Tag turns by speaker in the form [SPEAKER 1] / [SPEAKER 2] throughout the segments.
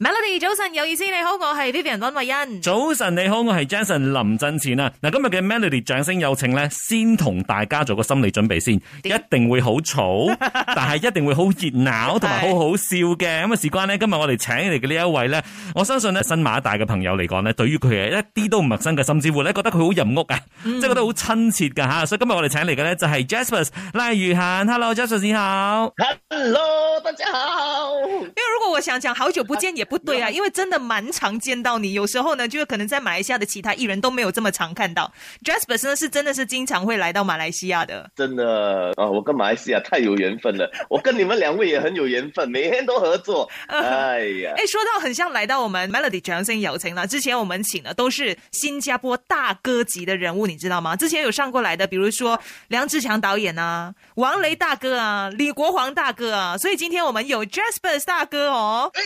[SPEAKER 1] Melody 早晨有意思，你好，我係 Vivian 温慧欣。
[SPEAKER 2] 早晨，你好，我係 Jason 林振前啊！嗱，今日嘅 Melody 掌聲有請咧，先同大家做個心理準備先，
[SPEAKER 1] 點
[SPEAKER 2] 一定會好嘈，但係一定會好熱鬧，同埋
[SPEAKER 1] 係
[SPEAKER 2] 好好笑嘅。咁啊，事關呢，今日我哋請嚟嘅呢一位咧，我相信咧新馬大嘅朋友嚟講呢，對於佢係一啲都唔陌生嘅，甚至乎咧覺得佢好入屋啊，即係覺得好親切㗎吓。所以今日我哋請嚟嘅咧就係 Jasper 賴宇涵，Hello Jasper 你好。
[SPEAKER 3] Hello，大家好。
[SPEAKER 1] 因为如果我想讲好久不见也不对啊，因为真的蛮常见到你。有时候呢，就是可能在马来西亚的其他艺人都没有这么常看到。Jasper 呢是真的是经常会来到马来西亚的。
[SPEAKER 3] 真的啊、我跟马来西亚太有缘分了，我跟你们两位也很有缘分，每天都合作。哎呀，
[SPEAKER 1] 哎，说到很像来到我们 Melody 掌声有请了，之前我们请的都是新加坡大哥级的人物，你知道吗？之前有上过来的，比如说梁志强导演啊、王雷大哥啊、李国煌大哥啊，所以今天我们有 Jasper 大哥哦，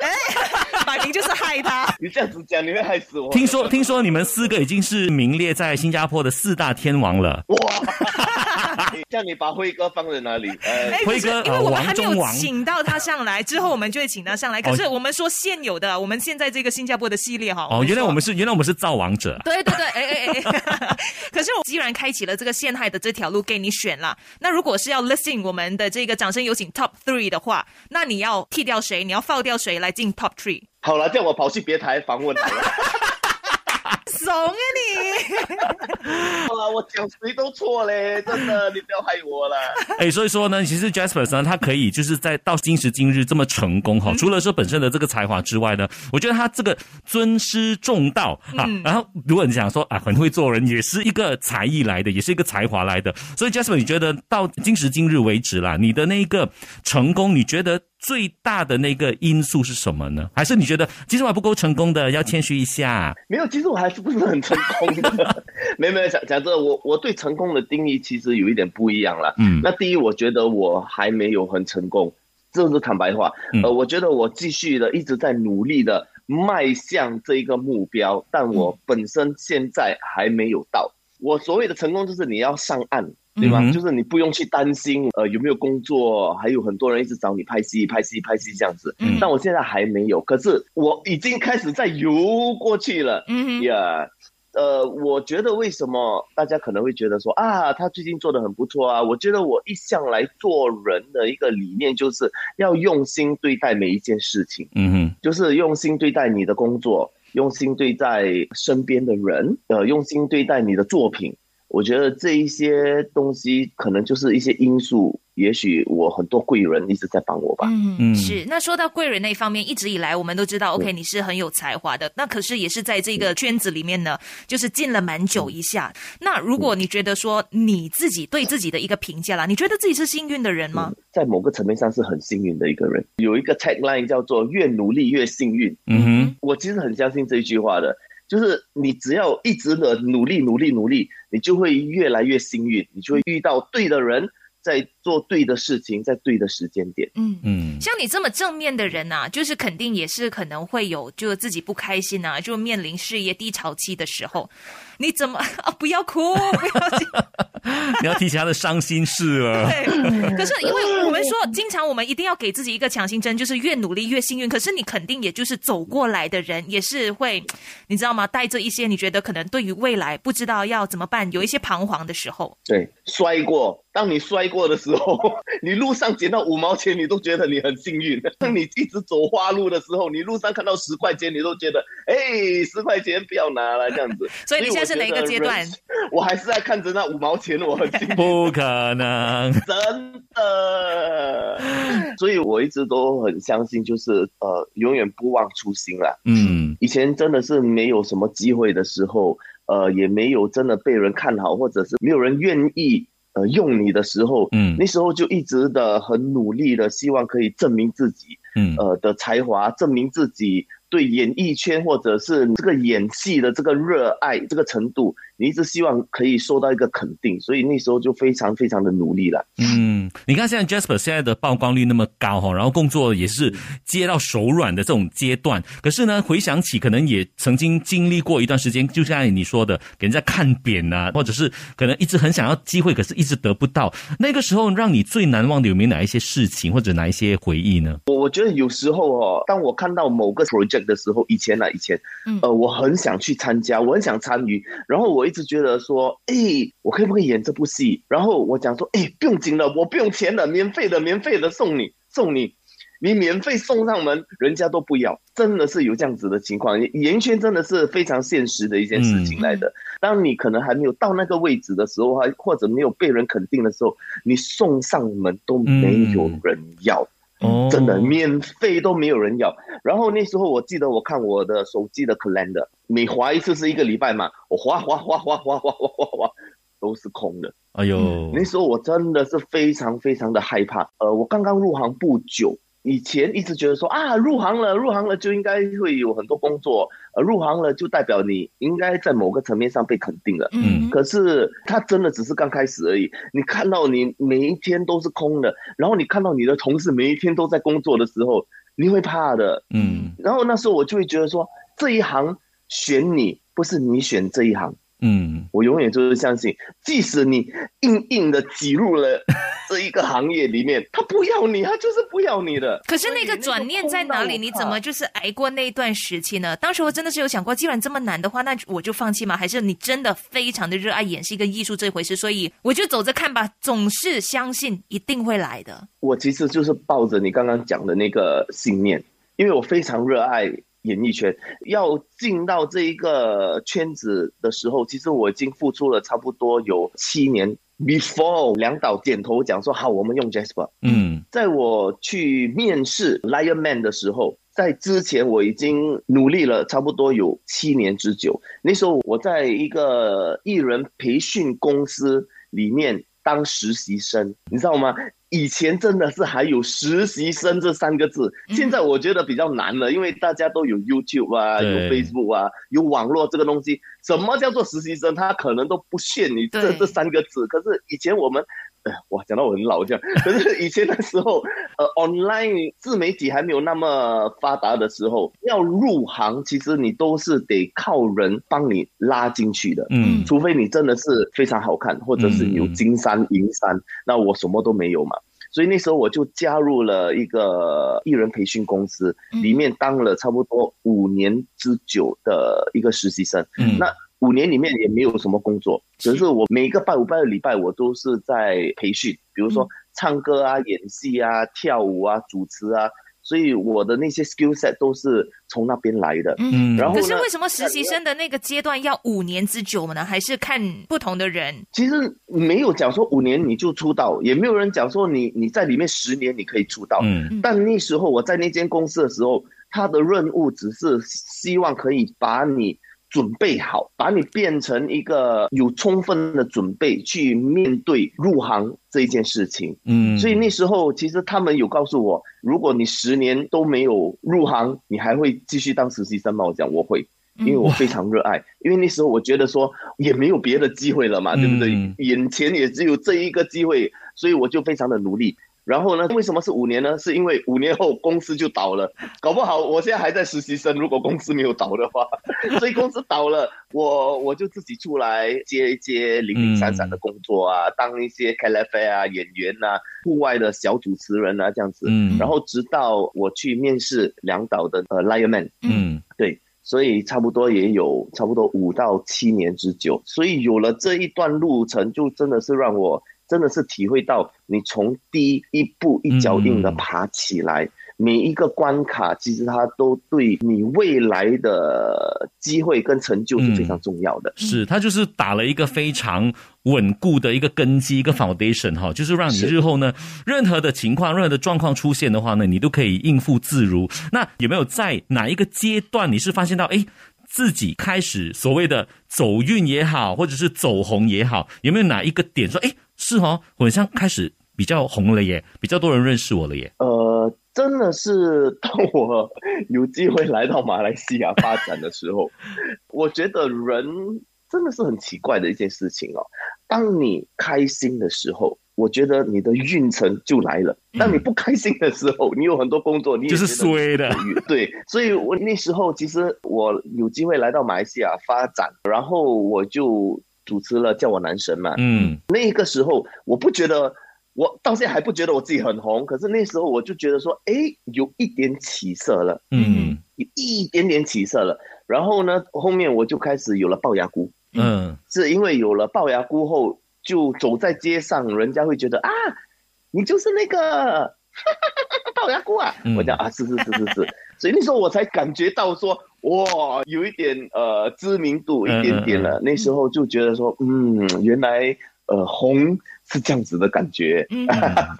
[SPEAKER 3] 哎，不要这样子，
[SPEAKER 1] 摆明就是害他。
[SPEAKER 3] 你这样子讲，你会害死我。
[SPEAKER 2] 聽說聽說你們四個已經是名列在新加坡的四大天王了。
[SPEAKER 3] 哇， 叫你把辉哥放在哪里？ 哎，
[SPEAKER 1] 哎，可
[SPEAKER 2] 辉
[SPEAKER 1] 是
[SPEAKER 2] 哥
[SPEAKER 1] 因为
[SPEAKER 2] 呃
[SPEAKER 1] 我们
[SPEAKER 2] 王
[SPEAKER 1] 还没
[SPEAKER 2] 中
[SPEAKER 1] 有
[SPEAKER 2] 王
[SPEAKER 1] 请到他上来，之后我们就会请他上来。可是我们说现有的，我们现在这个新加坡的系列哈。
[SPEAKER 2] 哦，原来
[SPEAKER 1] 说
[SPEAKER 2] 我们是原来我们是造王者啊。
[SPEAKER 1] 对对对，哎哎哎。 可是我既然开启了这个陷害的这条路给你选了，那如果是要 listen 我们的这个掌声有请 top three 的话，那你要剃掉谁？你要放掉谁来进 top three？
[SPEAKER 3] 好了，叫我跑去别台访问好了。
[SPEAKER 1] 怂啊你！
[SPEAKER 3] 好了，我讲谁都错嘞，真的，你不要害我了。
[SPEAKER 2] 哎，所以说呢，其实 Jasper 呢，他可以就是在到今时今日这么成功哈，除了说本身的这个才华之外呢，我觉得他这个尊师重道啊，然后如果你想说啊，很会做人，也是一个才艺来的，也是一个才华来的。所以 Jasper，你觉得到今时今日为止啦，你的那个成功，你觉得最大的那个因素是什么呢？还是你觉得其实我还不够成功的，要谦虚一下？
[SPEAKER 3] 没有，其实我还是不是很成功的。 没有没有，讲讲真的，我我对成功的定义其实有一点不一样啦。
[SPEAKER 2] 嗯
[SPEAKER 3] 那第一，我觉得我还没有很成功，这是坦白话
[SPEAKER 2] 嗯。
[SPEAKER 3] 呃，我觉得我继续的一直在努力的迈向这一个目标，但
[SPEAKER 2] 嗯
[SPEAKER 3] 我本身现在还没有到。我所谓的成功就是你要上岸，对吗？
[SPEAKER 2] 嗯哼
[SPEAKER 3] 就是你不用去担心呃有没有工作，还有很多人一直找你拍戏、拍戏、拍戏这样子。
[SPEAKER 1] 嗯
[SPEAKER 3] 但我现在还没有，可是我已经开始在游过去了。
[SPEAKER 1] 嗯哼，
[SPEAKER 3] 呀，呃，我觉得为什么大家可能会觉得说啊，他最近做的很不错啊？我觉得我一向来做人的一个理念就是要用心对待每一件事情，
[SPEAKER 2] 嗯哼，
[SPEAKER 3] 就是用心对待你的工作，用心对待身边的人，呃，用心对待你的作品。我觉得这一些东西可能就是一些因素，也许我很多贵人一直在帮我吧。
[SPEAKER 1] 嗯，
[SPEAKER 2] 嗯
[SPEAKER 1] 是。那说到贵人那一方面，一直以来我们都知道，OK，你是很有才华的。那可是也是在这个圈子里面呢，就是进了蛮久一下。那如果你觉得说你自己对自己的一个评价啦，你觉得自己是幸运的人吗？
[SPEAKER 3] 嗯在某个层面上是很幸运的一个人，有一个 tagline 叫做“越努力越幸运”。
[SPEAKER 2] 嗯哼，
[SPEAKER 3] 我其实很相信这一句话的，就是你只要一直的努力、努力、努力，你就会越来越幸运，你就会遇到对的人，在做对的事情，在对的时间点。
[SPEAKER 1] 嗯。
[SPEAKER 2] 嗯。
[SPEAKER 1] 像你这么正面的人啊，就是肯定也是可能会有，就自己不开心啊，就面临事业低潮期的时候，你怎么 啊？不要哭，不要紧
[SPEAKER 2] 你要提起他的伤心事了。
[SPEAKER 1] 对，可是因为我们说，经常我们一定要给自己一个强心针，就是越努力越幸运。可是你肯定也就是走过来的人，也是会，你知道吗？带着一些你觉得可能对于未来不知道要怎么办，有一些彷徨的时候。
[SPEAKER 3] 对，摔过，当你摔过的时候， 你路上捡到五毛钱，你都觉得你很幸运；当你一直走花路的时候，你路上看到十块钱，你都觉得，哎，十块钱不要拿了这样子。
[SPEAKER 1] 所以你现在是哪一个阶段？
[SPEAKER 3] 我还是在看着那五毛钱，我很幸运。
[SPEAKER 2] 不可能。
[SPEAKER 3] 真的， 所以我一直都很相信，就是呃，永远不忘初心啦。
[SPEAKER 2] 嗯
[SPEAKER 3] 以前真的是没有什么机会的时候，呃，也没有真的被人看好，或者是没有人愿意呃用你的时候，
[SPEAKER 2] 嗯
[SPEAKER 3] 那时候就一直的很努力的，希望可以证明自己，
[SPEAKER 2] 嗯
[SPEAKER 3] 呃的才华，证明自己对演艺圈或者是这个演戏的这个热爱这个程度，你一直希望可以受到一个肯定，所以那时候就非常非常的努力了。
[SPEAKER 2] 嗯，你看现在 Jasper 现在的曝光率那么高哈，然后工作也是接到手软的这种阶段，可是呢，回想起可能也曾经经历过一段时间，就像你说的，给人家看扁呐、或者是可能一直很想要机会，可是一直得不到。那个时候让你最难忘的有没有哪一些事情或者哪一些回忆呢？
[SPEAKER 3] 我我觉得有时候哦，当我看到某个 project 的时候，以前啊，以前
[SPEAKER 1] 嗯，
[SPEAKER 3] 呃，我很想去参加，我很想参与，然后我一直觉得说，诶，我可不可以演这部戏？然后我讲说，诶，不用紧了，我不用钱的，免费的，免费的送你，送你，你免费送上门，人家都不要，真的是有这样子的情况。演艺圈真的是非常现实的一件事情来的。当你可能还没有到那个位置的时候，还或者没有被人肯定的时候，你送上门都没有
[SPEAKER 2] 嗯
[SPEAKER 3] 人要。
[SPEAKER 2] 哦
[SPEAKER 3] 真的免费都没有人要。然后那时候我记得我看我的手机的 calendar，每划一次是一个礼拜嘛，我划划划划划划划划划，都是空的。
[SPEAKER 2] 哎呦，
[SPEAKER 3] 那时候我真的是非常非常的害怕。呃，我刚刚入行不久，以前一直觉得说啊，入行了，入行了就应该会有很多工作，呃，入行了就代表你应该在某个层面上被肯定了。
[SPEAKER 1] 嗯
[SPEAKER 3] 可是他真的只是刚开始而已。你看到你每一天都是空的，然后你看到你的同事每一天都在工作的时候，你会怕的。
[SPEAKER 2] 嗯
[SPEAKER 3] 然后那时候我就会觉得说，这一行选你不是你选这一行，
[SPEAKER 2] 嗯
[SPEAKER 3] 我永远就是相信，即使你硬硬的挤入了这一个行业里面，他不要你，他就是不要你的。
[SPEAKER 1] 可是那个啊转念在哪里？你怎么就是挨过那一段时期呢？当时我真的是有想过，既然这么难的话，那我就放弃吗？还是你真的非常的热爱演戏跟艺术这回事，所以我就走着看吧，总是相信一定会来的。
[SPEAKER 3] 我其实就是抱着你刚刚讲的那个信念，因为我非常热爱演艺圈。要进到这一个圈子的时候，其实我已经付出了差不多有七年。Before 梁导点头讲说好，我们用 Jasper。
[SPEAKER 2] 嗯
[SPEAKER 3] 在我去面试 Lion Man 的时候，在之前我已经努力了差不多有七年之久。那时候我在一个艺人培训公司里面当实习生，你知道吗？以前真的是还有实习生这三个字，
[SPEAKER 1] 嗯
[SPEAKER 3] 现在我觉得比较难了，因为大家都有 YouTube 啊，有
[SPEAKER 2] 对
[SPEAKER 3] Facebook 啊，有网络这个东西。什么叫做实习生？他可能都不屑你这
[SPEAKER 1] 对
[SPEAKER 3] 这三个字。可是以前我们哎呀，哇，讲到我很老这样。可是以前的时候，呃，online 自媒体还没有那么发达的时候，要入行，其实你都是得靠人帮你拉进去的。
[SPEAKER 2] 嗯
[SPEAKER 3] 除非你真的是非常好看，或者是有金山银山，那我什么都没有嘛。所以那时候我就加入了一个艺人培训公司，
[SPEAKER 1] 嗯
[SPEAKER 3] 里面当了差不多五年之久的一个实习生。
[SPEAKER 2] 嗯，
[SPEAKER 3] 那五年里面也没有什么工作，只是我每个拜五拜六礼拜我都是在培训，比如说唱歌啊、演戏啊、跳舞啊、主持啊，所以我的那些 skill set 都是从那边来的。
[SPEAKER 2] 嗯
[SPEAKER 3] 然后
[SPEAKER 1] 可
[SPEAKER 3] 呢
[SPEAKER 1] 是为什么实习生的那个阶段要五年之久呢？还是看不同的人？
[SPEAKER 3] 其实没有讲说五年你就出道，也没有人讲说你你在里面十年你可以出道。
[SPEAKER 2] 嗯
[SPEAKER 3] 但那时候我在那间公司的时候，他的任务只是希望可以把你准备好，把你变成一个有充分的准备去面对入行这一件事情。
[SPEAKER 2] 嗯，
[SPEAKER 3] 所以那时候其实他们有告诉我，如果你十年都没有入行，你还会继续当实习生吗？我讲我会。因为我
[SPEAKER 2] 嗯
[SPEAKER 3] 非常热爱，因为那时候我觉得说也没有别的机会了嘛，对不对
[SPEAKER 2] 嗯？
[SPEAKER 3] 眼前也只有这一个机会，所以我就非常的努力。然后呢，为什么是五年呢？是因为五年后公司就倒了，搞不好我现在还在实习生，如果公司没有倒的话， 所以公司倒了，我我就自己出来接一接零零散
[SPEAKER 2] 嗯
[SPEAKER 3] 散的工作啊，当一些 c a l f 啊、演员啊、户外的小主持人啊这样子。
[SPEAKER 2] 嗯，
[SPEAKER 3] 然后直到我去面试梁导的呃 Lion Man，
[SPEAKER 2] 嗯
[SPEAKER 3] 所以差不多也有差不多五到七年之久，所以有了这一段路程，就真的是让我真的是体会到，你从第一步一脚印的爬起来，每一个关卡其实它都对你未来的机会跟成就是非常重要的。
[SPEAKER 2] 是，他就是打了一个非常稳固的一个根基，一个 foundation 哈，就是让你
[SPEAKER 3] 是
[SPEAKER 2] 日后呢，任何的情况、任何的状况出现的话呢，你都可以应付自如。那有没有在哪一个阶段，你是发现到哎，诶自己开始所谓的走运也好，或者是走红也好，有没有哪一个点说哎，诶是哦，我好像开始比较红了耶，比较多人认识我了耶。
[SPEAKER 3] 呃，真的是 当我有机会来到马来西亚发展的时候，我觉得人真的是很奇怪的一件事情哦。当你开心的时候，我觉得你的运程就来了；当你不开心的时候，你有很多工作，你也
[SPEAKER 2] 嗯就是衰
[SPEAKER 3] 觉得
[SPEAKER 2] 的。
[SPEAKER 3] 对，所以我那时候其实我有机会来到马来西亚发展，然后我就主持了《叫我男神》嘛。
[SPEAKER 2] 嗯
[SPEAKER 3] 那个时候我不觉得，我到现在还不觉得我自己很红，可是那时候我就觉得说，哎，有一点起色了，
[SPEAKER 2] 嗯
[SPEAKER 3] 有一点点起色了。然后呢，后面我就开始有了龅牙菇，
[SPEAKER 2] 嗯
[SPEAKER 3] 是因为有了龅牙菇后，就走在街上，人家会觉得啊，你就是那个 龅牙菇啊
[SPEAKER 2] 嗯。
[SPEAKER 3] 我讲啊，是是是是是， 所以那时候我才感觉到说，哇，有一点呃知名度，
[SPEAKER 2] 嗯
[SPEAKER 3] 一点点了。那时候就觉得说，嗯，原来呃红是这样子的感觉。
[SPEAKER 1] 嗯，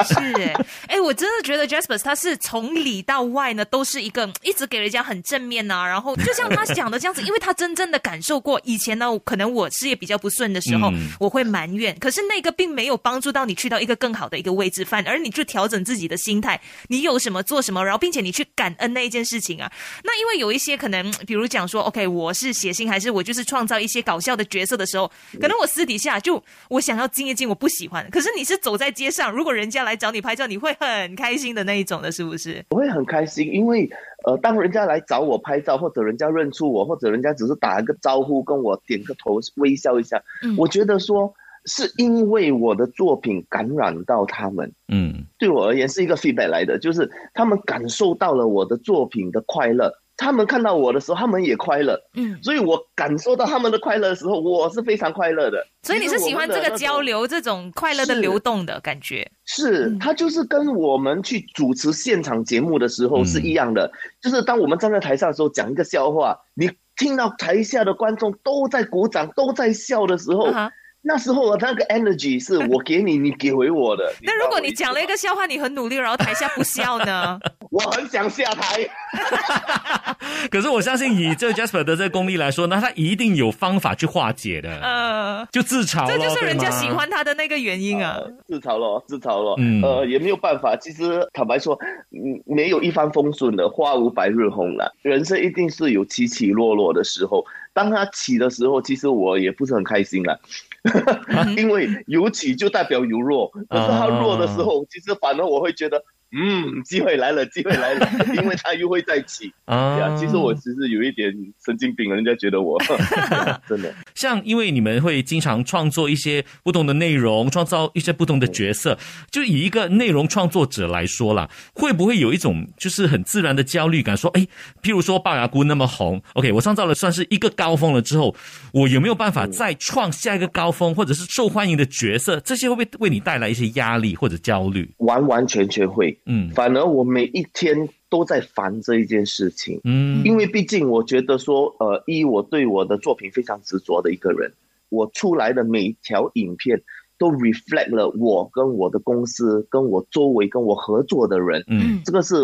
[SPEAKER 1] 是 哎、哎，我真的觉得 Jasper 他是从里到外呢，都是一个嗯一直给人家很正面呐、然后就像他讲的这样子，因为他真正的感受过，以前呢，可能我事业比较不顺的时候，
[SPEAKER 2] 嗯
[SPEAKER 1] 我会埋怨，可是那个并没有帮助到你去到一个更好的一个位置，反而你就调整自己的心态，你有什么做什么，然后并且你去感恩那一件事情啊。那因为有一些可能，比如讲说，OK，我是写信还是我就是创造一些搞笑的角色的时候，可能我私底下就我想要静一静，我不喜欢。可是你是走在街上，如果人家来找你拍照，你会很开心的那一种的，是不是？
[SPEAKER 3] 我会很开心，因为呃，当人家来找我拍照，或者人家认出我，或者人家只是打一个招呼，跟我点个头，微笑一下，
[SPEAKER 1] 嗯
[SPEAKER 3] 我觉得说是因为我的作品感染到他们，
[SPEAKER 2] 嗯
[SPEAKER 3] 对我而言是一个 feedback 来的，就是他们感受到了我的作品的快乐。他们看到我的时候，他们也快乐，
[SPEAKER 1] 嗯，
[SPEAKER 3] 所以我感受到他们的快乐的时候，我是非常快乐的。
[SPEAKER 1] 所以你是喜欢这
[SPEAKER 3] 其实我们的
[SPEAKER 1] 个
[SPEAKER 3] 那种
[SPEAKER 1] 交流，这种快乐的
[SPEAKER 3] 是
[SPEAKER 1] 流动的感觉。
[SPEAKER 3] 是
[SPEAKER 1] 嗯
[SPEAKER 3] 他就是跟我们去主持现场节目的时候
[SPEAKER 2] 嗯
[SPEAKER 3] 是一样的，就是当我们站在台上的时候讲一个笑话，你听到台下的观众都在鼓掌、都在笑的时候，
[SPEAKER 1] 嗯哼
[SPEAKER 3] 那时候那个 energy 是我给你，你给回我的。
[SPEAKER 1] 那
[SPEAKER 3] 知道
[SPEAKER 1] 如果
[SPEAKER 3] 我
[SPEAKER 1] 你
[SPEAKER 3] 意思
[SPEAKER 1] 讲了一
[SPEAKER 3] 吗，
[SPEAKER 1] 个笑话，你很努力，然后台下不笑 呢？
[SPEAKER 3] 我很想下台，
[SPEAKER 2] 可是我相信以这 Jasper 的这个功力来说呢，他一定有方法去化解的，
[SPEAKER 1] 呃，
[SPEAKER 2] 就自嘲
[SPEAKER 1] 这
[SPEAKER 2] 咯
[SPEAKER 1] 就是人家喜。
[SPEAKER 2] 对吗
[SPEAKER 1] 欢他的那个原因啊。
[SPEAKER 3] 自嘲咯，自嘲咯，
[SPEAKER 2] 嗯
[SPEAKER 3] 呃，也没有办法。其实坦白说，嗯，没有一帆风顺的，花无百日红了。人生一定是有起起落落的时候。当它起的时候，其实我也不是很开心了， 因为有起就代表有落。可是它弱的时候，其实反而我会觉得，嗯，机会来了，机会来了， 因为它又会再起。对啊，
[SPEAKER 2] 啊
[SPEAKER 3] 其实我其实有一点神经病，人家觉得我 真的。
[SPEAKER 2] 像，因为你们会经常创作一些不同的内容，创造一些不同的角色，就以一个内容创作者来说啦，会不会有一种就是很自然的焦虑感？说，哎，譬如说《龅牙姑》那么红，OK，我创造了算是一个高峰了之后，我有没有办法
[SPEAKER 3] 嗯
[SPEAKER 2] 再创下一个高峰，或者是受欢迎的角色？这些会不会为你带来一些压力或者焦虑？
[SPEAKER 3] 完完全全会。
[SPEAKER 2] 嗯
[SPEAKER 3] 反而我每一天都在烦这一件事情，
[SPEAKER 2] 嗯
[SPEAKER 3] 因为毕竟我觉得说，呃，一我对我的作品非常执着的一个人，我出来的每一条影片都 reflect 了我跟我的公司、跟我周围、跟我合作的人，
[SPEAKER 2] 嗯
[SPEAKER 3] 这个是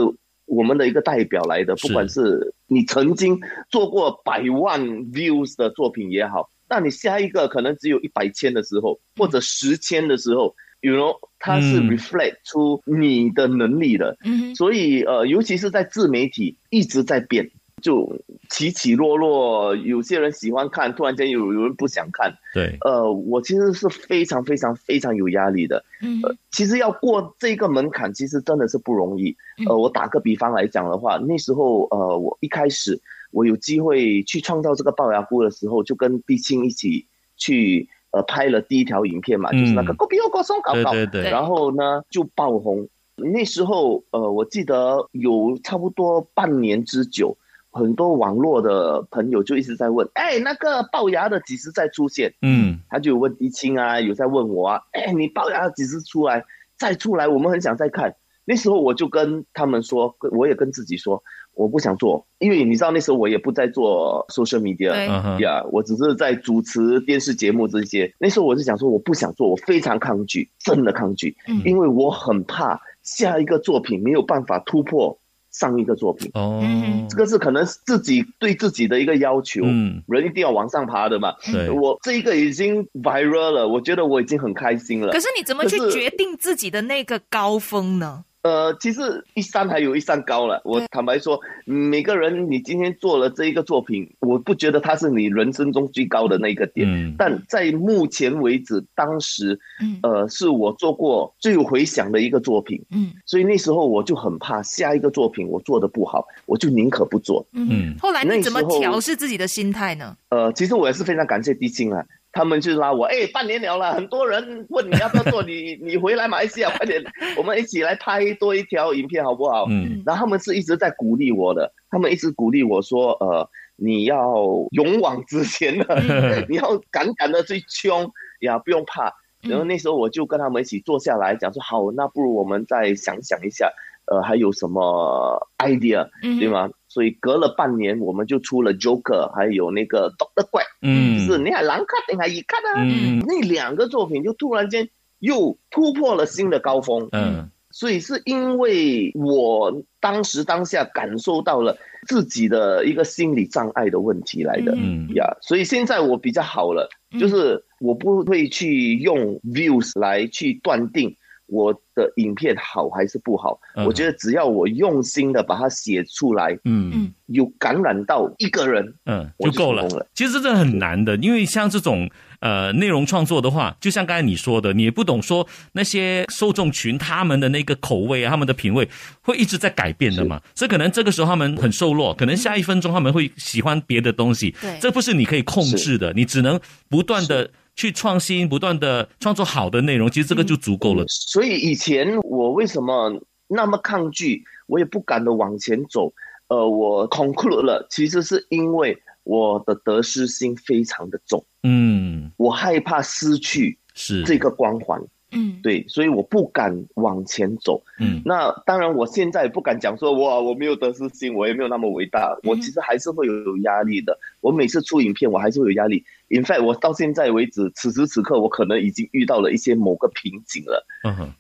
[SPEAKER 3] 我们的一个代表来的，
[SPEAKER 2] 是
[SPEAKER 3] 不管是你曾经做过百万 views 的作品也好，那你下一个可能只有一百千的时候，或者十千的时候，you know，它是
[SPEAKER 2] 嗯
[SPEAKER 3] reflect 出你的能力的。
[SPEAKER 1] 嗯
[SPEAKER 3] 所以呃，尤其是在自媒体一直在变，就起起落落，有些人喜欢看，突然间有有人不想看。
[SPEAKER 2] 对，
[SPEAKER 3] 呃，我其实是非常非常非常有压力的。
[SPEAKER 1] 嗯
[SPEAKER 3] 呃，其实要过这个门槛，其实真的是不容易
[SPEAKER 1] 嗯。
[SPEAKER 3] 呃，我打个比方来讲的话，那时候呃，我一开始我有机会去创造这个龅牙菇的时候，就跟毕庆一起去呃拍了第一条影片嘛，就是那个
[SPEAKER 2] 嗯
[SPEAKER 3] “狗比狗狗松搞
[SPEAKER 2] 对
[SPEAKER 3] 搞”，
[SPEAKER 2] 对对，
[SPEAKER 3] 然后呢就爆红。那时候呃，我记得有差不多半年之久。很多网络的朋友就一直在问，哎、那个龅牙的几时再出现？
[SPEAKER 2] 嗯
[SPEAKER 3] 他就有问迪青啊，有在问我啊，哎、你龅牙几时出来？再出来，我们很想再看。那时候我就跟他们说，跟我也跟自己说，我不想做，因为你知道那时候我也不在做 social media
[SPEAKER 1] 对
[SPEAKER 2] 嗯哼
[SPEAKER 3] 呀我只是在主持电视节目这些。那时候我是想说，我不想做，我非常抗拒，真的抗拒，
[SPEAKER 1] 嗯
[SPEAKER 3] 因为我很怕下一个作品没有办法突破上一个作品，
[SPEAKER 2] 哦
[SPEAKER 1] 嗯，
[SPEAKER 3] 这个是可能是自己对自己的一个要求。
[SPEAKER 2] 嗯
[SPEAKER 3] 人一定要往上爬的嘛，
[SPEAKER 2] 对，
[SPEAKER 3] 我这一个已经 viral 了，我觉得我已经很开心了
[SPEAKER 1] 可。是你怎么去
[SPEAKER 3] 可是
[SPEAKER 1] 决定自己的那个高峰呢？
[SPEAKER 3] 呃，其实一山还有一山高了。我坦白说，每个人你今天做了这一个作品，我不觉得它是你人生中最高的那个点。
[SPEAKER 2] 嗯
[SPEAKER 3] 但在目前为止，当时，呃，是我做过最有回响的一个作品，
[SPEAKER 1] 嗯
[SPEAKER 3] 所以那时候我就很怕下一个作品我做的不好，我就宁可不做。
[SPEAKER 1] 嗯
[SPEAKER 2] 嗯，
[SPEAKER 1] 后来你怎么
[SPEAKER 3] 那时候
[SPEAKER 1] 调试自己的心态呢？
[SPEAKER 3] 呃，其实我也是非常感谢地青啊，他们就拉我，哎，半年了了，很多人问你要不要做，你你回来马来西亚，快点，我们一起来拍多一条影片好不好？
[SPEAKER 2] 嗯
[SPEAKER 3] 然后他们是一直在鼓励我的，他们一直鼓励我说，呃，你要勇往直前
[SPEAKER 1] 嗯
[SPEAKER 3] 的，
[SPEAKER 2] 嗯
[SPEAKER 3] 你要敢敢的去冲呀，不用怕。
[SPEAKER 1] 嗯
[SPEAKER 3] 然后那时候我就跟他们一起坐下来讲说，好，那不如我们再想想一下，呃，还有什么 idea，
[SPEAKER 1] 嗯，
[SPEAKER 3] 对？吗？所以隔了半年，我们就出了 Joker，还有那个 Doctor 怪，
[SPEAKER 2] 嗯，
[SPEAKER 3] 就是你还狼看定还一看啊，
[SPEAKER 2] 嗯
[SPEAKER 3] 那两个作品就突然间又突破了新的高峰。
[SPEAKER 2] 嗯
[SPEAKER 3] 所以是因为我当时当下感受到了自己的一个心理障碍的问题来的
[SPEAKER 1] 嗯
[SPEAKER 2] 嗯
[SPEAKER 3] 呀所以现在我比较好了，就是我不会去用 views 来去断定我的影片好还是不好。
[SPEAKER 2] 嗯
[SPEAKER 3] 我觉得只要我用心的把它写出来，
[SPEAKER 2] 嗯
[SPEAKER 3] 有感染到一个人，
[SPEAKER 2] 嗯，
[SPEAKER 3] 我
[SPEAKER 2] 就够
[SPEAKER 3] 成
[SPEAKER 2] 了
[SPEAKER 3] 功。了。
[SPEAKER 2] 其实这真的很难的，因为像这种呃内容创作的话，就像刚才你说的，你也不懂说那些受众群他们的那个口味啊，他们的品味会一直在改变的嘛。所以可能这个时候他们很瘦弱，可能下一分钟他们会喜欢别的东西，
[SPEAKER 1] 对
[SPEAKER 2] 这不是你可以控制的，你只能不断的去创新，不断的创作好的内容，其实这个就足够了。
[SPEAKER 3] 所以以前我为什么那么抗拒，我也不敢的往前走。呃，我 conclude 了，其实是因为我的得失心非常的重，
[SPEAKER 2] 嗯，
[SPEAKER 3] 我害怕失去
[SPEAKER 2] 是
[SPEAKER 3] 这个光环，
[SPEAKER 1] 嗯
[SPEAKER 3] 对，所以我不敢往前走。
[SPEAKER 2] 嗯
[SPEAKER 3] 那当然，我现在也不敢讲说哇，我没有得失心，我也没有那么伟大，我
[SPEAKER 1] 嗯哼
[SPEAKER 3] 其实还是会有压力的。我每次出影片，我还是会有压力。In fact，我到现在为止，此时此刻，我可能已经遇到了一些某个瓶颈了。
[SPEAKER 2] 嗯哼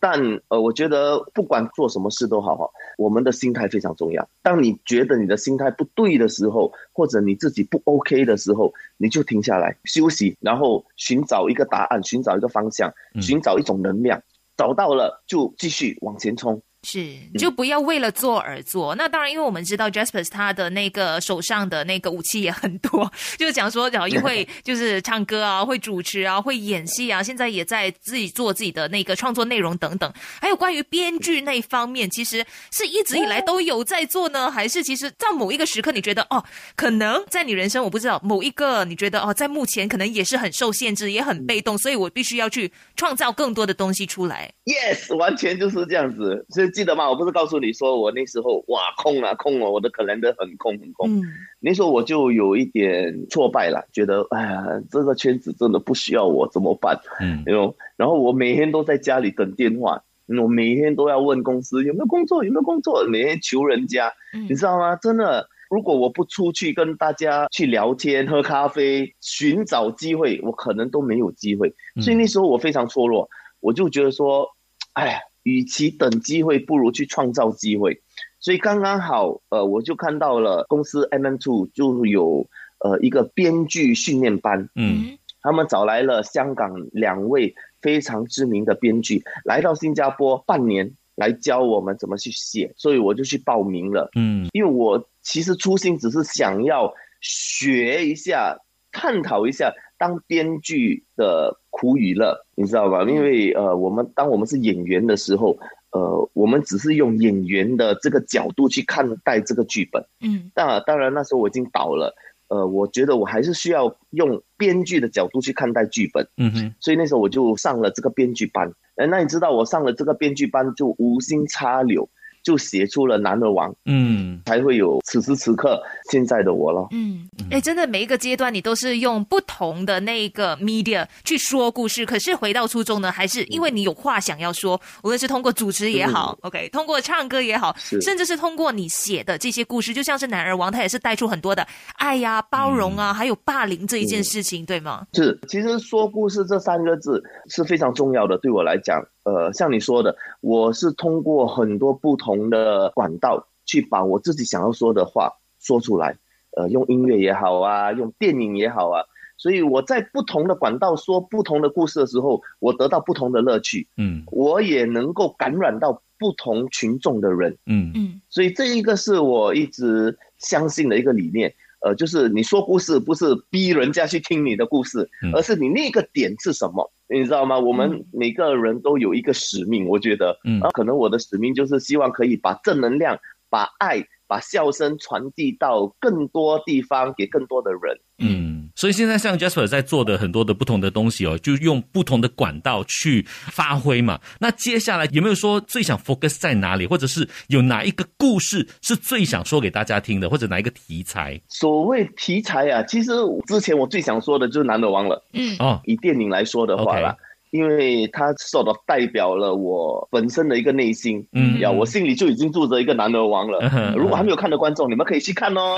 [SPEAKER 3] 但呃，我觉得不管做什么事都好哈，我们的心态非常重要。当你觉得你的心态不对的时候，或者你自己不 OK 的时候，你就停下来休息，然后寻找一个答案，寻找一个方向，
[SPEAKER 2] 嗯
[SPEAKER 3] 寻找一种能量。找到了就继续往前冲。
[SPEAKER 1] 是，就不要为了做而做。那当然，因为我们知道 Jasper 他的那个手上的那个武器也很多， 就是讲说小玉会就是唱歌啊，会主持啊，会演戏啊，现在也在自己做自己的那个创作内容等等。还有关于编剧那一方面，其实是一直以来都有在做呢，还是其实到某一个时刻你觉得哦，可能在你人生我不知道某一个你觉得哦，在目前可能也是很受限制，也很被动，所以我必须要去创造更多的东西出来。
[SPEAKER 3] Yes，完全就是这样子。所以记得吗？我不是告诉你说我那时候哇空啊空哦，我的可能的很空很空。
[SPEAKER 1] 嗯
[SPEAKER 3] 那时候我就有一点挫败了，觉得哎呀，这个圈子真的不需要我，怎么办？
[SPEAKER 2] 嗯
[SPEAKER 3] 然后，然后我每天都在家里等电话，嗯我每天都要问公司有没有工作，有没有工作，每天求人家，
[SPEAKER 1] 嗯
[SPEAKER 3] 你知道吗？真的，如果我不出去跟大家去聊天、喝咖啡、寻找机会，我可能都没有机会。
[SPEAKER 2] 嗯
[SPEAKER 3] 所以那时候我非常错落，我就觉得说，哎，与其等机会，不如去创造机会。所以刚刚好，呃，我就看到了公司 M M Two 就有呃一个编剧训练班，
[SPEAKER 2] 嗯
[SPEAKER 3] 他们找来了香港两位非常知名的编剧，来到新加坡半年来教我们怎么去写，所以我就去报名了。
[SPEAKER 2] 嗯
[SPEAKER 3] 因为我其实初心只是想要学一下，探讨一下当编剧的苦与乐，你知道吧？因为呃，我们当我们是演员的时候，呃，我们只是用演员的这个角度去看待这个剧本。
[SPEAKER 1] 嗯
[SPEAKER 3] 那当然那时候我已经倒了，呃，我觉得我还是需要用编剧的角度去看待剧本，
[SPEAKER 2] 嗯哼
[SPEAKER 3] 所以那时候我就上了这个编剧班。呃，那你知道我上了这个编剧班，就无心插柳，就写出了《男儿王》，
[SPEAKER 2] 嗯
[SPEAKER 3] 才会有此时此刻现在的我咯。
[SPEAKER 1] 嗯，哎，真的每一个阶段你都是用不同的那一个 media 去说故事，可是回到初中呢，还是因为你有话想要说，无论是通过主持也好、o k 通过唱歌也好，
[SPEAKER 3] 是
[SPEAKER 1] 甚至是通过你写的这些故事，就像是《男儿王》，他也是带出很多的爱呀、包容
[SPEAKER 2] 嗯
[SPEAKER 1] 啊，还有霸凌这一件事情，对吗？
[SPEAKER 3] 是，其实说故事这三个字是非常重要的，对我来讲，呃，像你说的，我是通过很多不同的管道去把我自己想要说的话说出来，呃，用音乐也好啊，用电影也好啊，所以我在不同的管道说不同的故事的时候，我得到不同的乐趣，
[SPEAKER 2] 嗯
[SPEAKER 3] 我也能够感染到不同群众的人，
[SPEAKER 2] 嗯
[SPEAKER 1] 嗯
[SPEAKER 3] 所以这一个是我一直相信的一个理念。呃，就是你说故事不是逼人家去听你的故事
[SPEAKER 2] 嗯，
[SPEAKER 3] 而是你那个点是什么，你知道吗？我
[SPEAKER 1] 嗯
[SPEAKER 3] 们每个人都有一个使命，我觉得，
[SPEAKER 2] 嗯
[SPEAKER 3] 然后可能我的使命就是希望可以把正能量、把爱、把笑声传递到更多地方，给更多的人。
[SPEAKER 2] 嗯，所以现在像 Jasper 在做的很多的不同的东西哦，就用不同的管道去发挥嘛。那接下来有没有说最想 focus 在哪里，或者是有哪一个故事是最想说给大家听的，或者哪一个题材
[SPEAKER 3] 所谓题材啊，其实之前我最想说的就是《男的王》了。
[SPEAKER 1] 嗯
[SPEAKER 2] 哦？
[SPEAKER 3] 以电影来说的话啦
[SPEAKER 2] OK
[SPEAKER 3] 因为它 sort of 代表了我本身的一个内心。
[SPEAKER 2] 嗯
[SPEAKER 3] 呀，我心里就已经住着一个男儿王了
[SPEAKER 2] 嗯哼。
[SPEAKER 3] 如果还没有看的观众，你们可以去看 哦。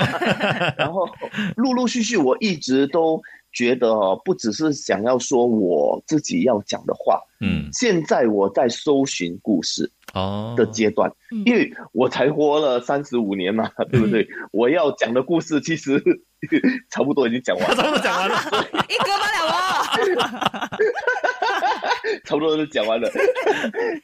[SPEAKER 3] 然后陆陆续续，我一直都觉得哦，不只是想要说我自己要讲的话，
[SPEAKER 2] 嗯
[SPEAKER 3] 现在我在搜寻故事
[SPEAKER 2] 哦
[SPEAKER 3] 的阶段，
[SPEAKER 1] 嗯
[SPEAKER 3] 因为我才活了三十五年嘛，对不对？我要讲的故事其实 差不多已经讲完
[SPEAKER 2] 他
[SPEAKER 3] 了，
[SPEAKER 2] 怎么讲完了？
[SPEAKER 1] 一哥不了哦，
[SPEAKER 3] 差不多都讲完 了。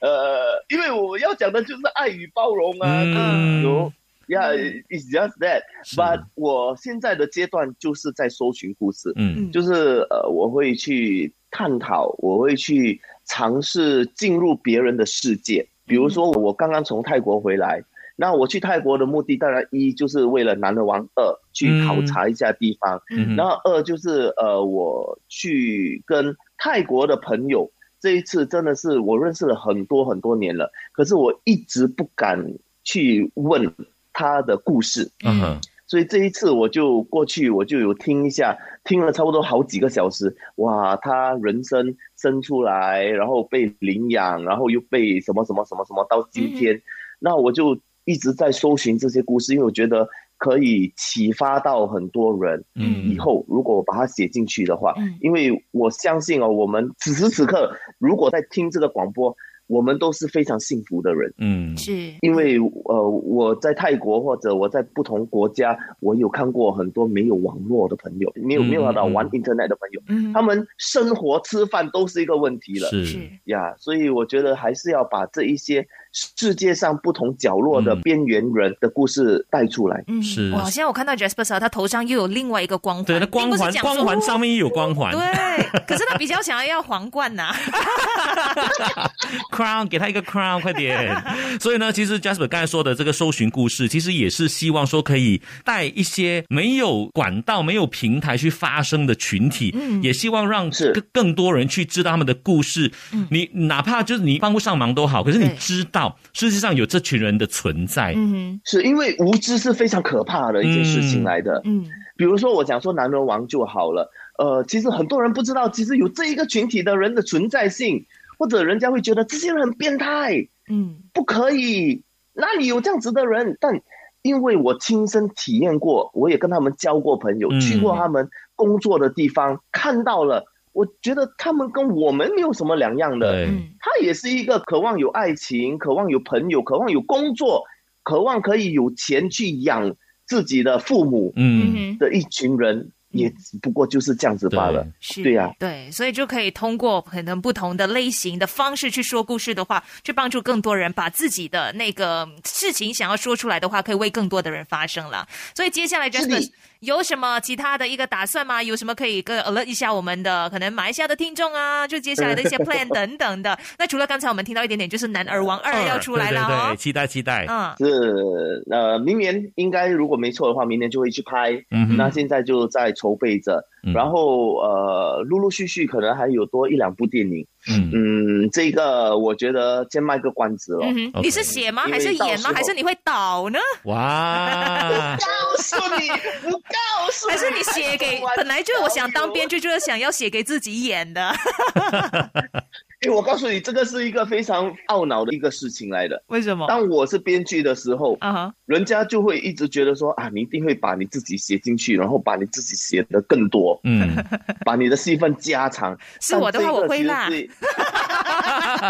[SPEAKER 3] 呃，因为我要讲的就是爱与包容啊，
[SPEAKER 2] 嗯
[SPEAKER 3] 有。Yeah, it's just that.
[SPEAKER 2] 是
[SPEAKER 3] But 我现在的阶段就是在搜寻故事，
[SPEAKER 2] 嗯
[SPEAKER 3] 就是呃，我会去探讨，我会去尝试进入别人的世界。比如说，我刚刚从泰国回来，那我去泰国的目的，当然一就是为了《男的王二》去考察一下地方，
[SPEAKER 2] 嗯
[SPEAKER 3] 然后二就是呃，我去跟泰国的朋友，这一次真的是我认识了很多很多年了，可是我一直不敢去问他的故事，
[SPEAKER 2] 嗯哼
[SPEAKER 3] 所以这一次我就过去，我就有听一下，听了差不多好几个小时。哇，他人生生出来，然后被领养，然后又被什么什么什么什么，到今天，那我就一直在搜寻这些故事，因为我觉得可以启发到很多人。
[SPEAKER 2] 嗯
[SPEAKER 3] 以后如果我把它写进去的话，
[SPEAKER 1] 嗯
[SPEAKER 3] 因为我相信哦，我们此时此刻如果在听这个广播，我们都是非常幸福的人。
[SPEAKER 2] 嗯
[SPEAKER 1] 是
[SPEAKER 3] 因为呃，我在泰国或者我在不同国家，我有看过很多没有网络的朋友，没有
[SPEAKER 2] 嗯
[SPEAKER 3] 没有办法
[SPEAKER 2] 嗯
[SPEAKER 3] 玩
[SPEAKER 2] 嗯
[SPEAKER 3] Internet 的朋友，
[SPEAKER 1] 嗯
[SPEAKER 3] 他们生活、吃饭都是一个问题了
[SPEAKER 2] 是
[SPEAKER 1] 是
[SPEAKER 3] 呀。所以我觉得还是要把这一些世界上不同角落的
[SPEAKER 2] 嗯
[SPEAKER 3] 边缘人的故事带出来。
[SPEAKER 1] 嗯
[SPEAKER 2] 是
[SPEAKER 1] 哇，现在我看到 Jasper 啊，他头上又有另外一个光环，
[SPEAKER 2] 对，那光
[SPEAKER 1] 哎并不
[SPEAKER 2] 环
[SPEAKER 1] 是讲
[SPEAKER 2] 光
[SPEAKER 1] 说
[SPEAKER 2] 环上面也有光环
[SPEAKER 1] 对，可是他比较想要皇冠 呐、
[SPEAKER 2] crown，给他一个 crown，快点。 所以呢，其实 Jasper 刚才说的这个搜寻故事，其实也是希望说可以带一些没有管道、没有平台去发声的群体，
[SPEAKER 1] 嗯
[SPEAKER 2] 也希望让
[SPEAKER 3] 是
[SPEAKER 2] 更更多人去知道他们的故事。
[SPEAKER 1] 嗯
[SPEAKER 2] 你哪怕就是你帮不上忙都好，可是你
[SPEAKER 1] 对
[SPEAKER 2] 知道世界上有这群人的存在。
[SPEAKER 1] 嗯
[SPEAKER 3] 是因为无知是非常可怕的一件事情来的。
[SPEAKER 1] 嗯
[SPEAKER 3] 比如说我讲说男人王就好了，呃，其实很多人不知道，其实有这一个群体的人的存在性，或者人家会觉得这些人很变态，
[SPEAKER 1] 嗯
[SPEAKER 3] 不可以，哪里有这样子的人？但因为我亲身体验过，我也跟他们交过朋友，
[SPEAKER 2] 嗯
[SPEAKER 3] 去过他们工作的地方，看到了，我觉得他们跟我们没有什么两样的。
[SPEAKER 2] 对，
[SPEAKER 1] 嗯
[SPEAKER 3] 他也是一个渴望有爱情、渴望有朋友、渴望有工作、渴望可以有钱去养自己的父母
[SPEAKER 1] 嗯
[SPEAKER 2] 嗯，
[SPEAKER 1] 哼，
[SPEAKER 3] 的一群人，也只不过就是这样子罢了。
[SPEAKER 1] 是
[SPEAKER 3] 对啊呀
[SPEAKER 1] 对，所以就可以通过可能不同的类型的方式去说故事的话，去帮助更多人把自己的那个事情想要说出来的话，可以为更多的人发声了。所以接下来
[SPEAKER 3] 是的
[SPEAKER 1] Jasper 有什么其他的一个打算吗？有什么可以跟 alert 一下我们的可能马来西亚的听众啊，就接下来的一 些 plan 等等的。那除了刚才我们听到一点点，就是男儿王二要出来了
[SPEAKER 2] 对对对，
[SPEAKER 1] 哦，
[SPEAKER 2] 期待期待。
[SPEAKER 1] 嗯
[SPEAKER 3] 是呃，明年应该如果没错的话，明年就会去拍。
[SPEAKER 2] 嗯哼
[SPEAKER 3] 那现在就在筹备着，
[SPEAKER 2] 嗯
[SPEAKER 3] 然后呃，陆陆续续可能还有多一两部电影。
[SPEAKER 2] 嗯
[SPEAKER 3] 嗯，这个我觉得先卖个关子了。
[SPEAKER 1] 嗯哼
[SPEAKER 2] OK
[SPEAKER 1] 你是写吗？
[SPEAKER 3] 哦因为
[SPEAKER 1] 还是演吗
[SPEAKER 3] 到时？候，
[SPEAKER 1] 还是你会导呢？
[SPEAKER 2] 哇
[SPEAKER 3] 告诉你，我告诉你，
[SPEAKER 1] 还是你写 给本来就是我想当编
[SPEAKER 3] 剧。
[SPEAKER 1] 剧，就是想要写给自己演的？
[SPEAKER 3] 哎，我告诉你，这个是一个非常懊恼的一个事情来的。
[SPEAKER 1] 为什
[SPEAKER 2] 哦
[SPEAKER 1] 么？
[SPEAKER 3] 当我是编剧的时候，
[SPEAKER 1] 啊哈，
[SPEAKER 3] 人家就会一直觉得说啊，你一定会把你自己写进去，然后把你自己写的更 多，
[SPEAKER 2] 嗯，
[SPEAKER 3] 把你的戏份加长。
[SPEAKER 1] 是我的话
[SPEAKER 3] 但这个
[SPEAKER 1] 我会啦
[SPEAKER 3] 其实是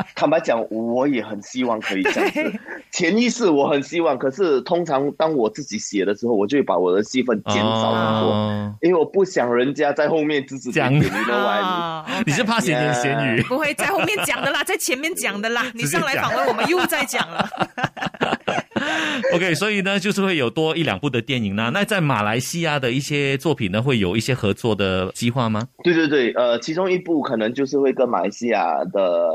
[SPEAKER 3] 坦白讲，我也很希望可以这样 子
[SPEAKER 1] 对。
[SPEAKER 3] 潜意识我很希望，可是通常当我自己写的时候，我就会把我的戏 份减少很
[SPEAKER 1] 啊
[SPEAKER 3] 多，
[SPEAKER 2] 哦
[SPEAKER 3] 因为我不想人家在后面指指点点，你
[SPEAKER 2] 讲
[SPEAKER 3] 懂我
[SPEAKER 1] 啊，OK
[SPEAKER 2] 你 是怕闲言闲语？
[SPEAKER 1] 不会在后面讲的啦，在前面讲的啦。你上来访问我们又在讲了，
[SPEAKER 2] OK，所以呢，就是会有多一两部的电影啦。那在马来西亚的一些作品呢，会有一些合作的计划吗？
[SPEAKER 3] 对对对，呃，其中一部可能就是会跟马来西亚的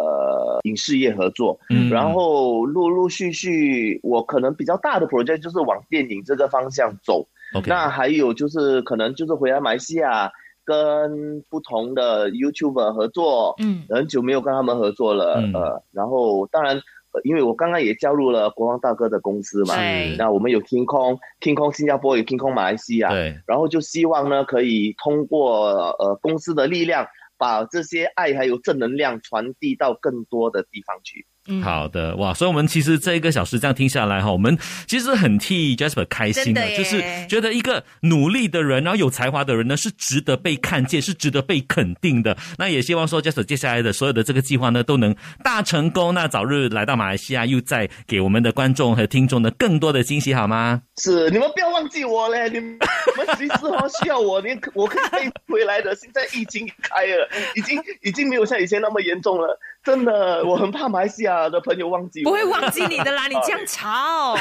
[SPEAKER 3] 影视业合作，
[SPEAKER 2] 嗯
[SPEAKER 3] 然后陆陆续续，我可能比较大的 project 就是往电影这个方向走。
[SPEAKER 2] OK，
[SPEAKER 3] 那还有就是可能就是回来马来西亚跟不同的 YouTuber 合作，
[SPEAKER 1] 嗯，
[SPEAKER 3] 很久没有跟他们合作了，
[SPEAKER 2] 嗯
[SPEAKER 3] 呃，然后当然。呃因为我刚刚也加入了国王大哥的公司嘛，
[SPEAKER 1] 对
[SPEAKER 3] 那我们有 King Kong、King Kong 新加坡，有 King Kong 马来西亚，
[SPEAKER 2] 对，
[SPEAKER 3] 然后就希望呢，可以通过呃公司的力量，把这些爱还有正能量传递到更多的地方去。
[SPEAKER 1] 嗯，
[SPEAKER 2] 好的，哇！所以我们其实这一个小时这样听下来哈，我们其实很替 Jasper 开心啊
[SPEAKER 1] 真的耶
[SPEAKER 2] 就是觉得一个努力的人，然后有才华的人呢，是值得被看见，是值得被肯定的。那也希望说 Jasper 接下来的所有的这个计划呢，都能大成功，那早日来到马来西亚，又再给我们的观众和听众呢更多的惊喜，好吗？
[SPEAKER 3] 是，你们不要忘记我嘞！ 你们你们随时哦需要我，你我可以飞回来的。现在疫情开了，已经已经没有像以前那么严重了。真的，我很怕马来西亚的朋友忘记
[SPEAKER 1] 不
[SPEAKER 3] 我。
[SPEAKER 1] 会忘记你的啦，你这样吵，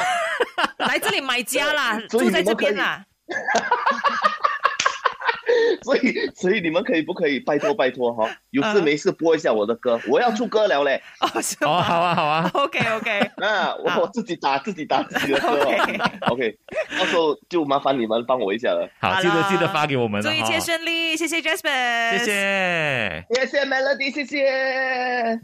[SPEAKER 1] 来这里买家啦，
[SPEAKER 3] 所以
[SPEAKER 1] 住在
[SPEAKER 3] 你
[SPEAKER 1] 这
[SPEAKER 3] 们可以
[SPEAKER 1] 边啦，
[SPEAKER 3] 所以所以你们可以不可以拜托拜托
[SPEAKER 1] 嗯
[SPEAKER 3] 哈、有事没事播一下我的歌，我要出歌 了嘞。
[SPEAKER 1] 哦，是
[SPEAKER 2] 哦，
[SPEAKER 1] 吗
[SPEAKER 2] 好啊，好啊，
[SPEAKER 1] ？OK OK，
[SPEAKER 3] 那我
[SPEAKER 1] 好
[SPEAKER 3] 我自己打自己打自己的 歌哦。OK，到时候就麻烦你们帮我一下了。
[SPEAKER 2] 好，
[SPEAKER 1] 好
[SPEAKER 2] 记得
[SPEAKER 1] 啦
[SPEAKER 2] 记得发给我们
[SPEAKER 1] 祝
[SPEAKER 2] 了
[SPEAKER 1] 一
[SPEAKER 2] 哈，
[SPEAKER 1] 切顺利，谢谢 Jasper，
[SPEAKER 2] 谢谢。
[SPEAKER 3] 谢谢 Melody，谢谢。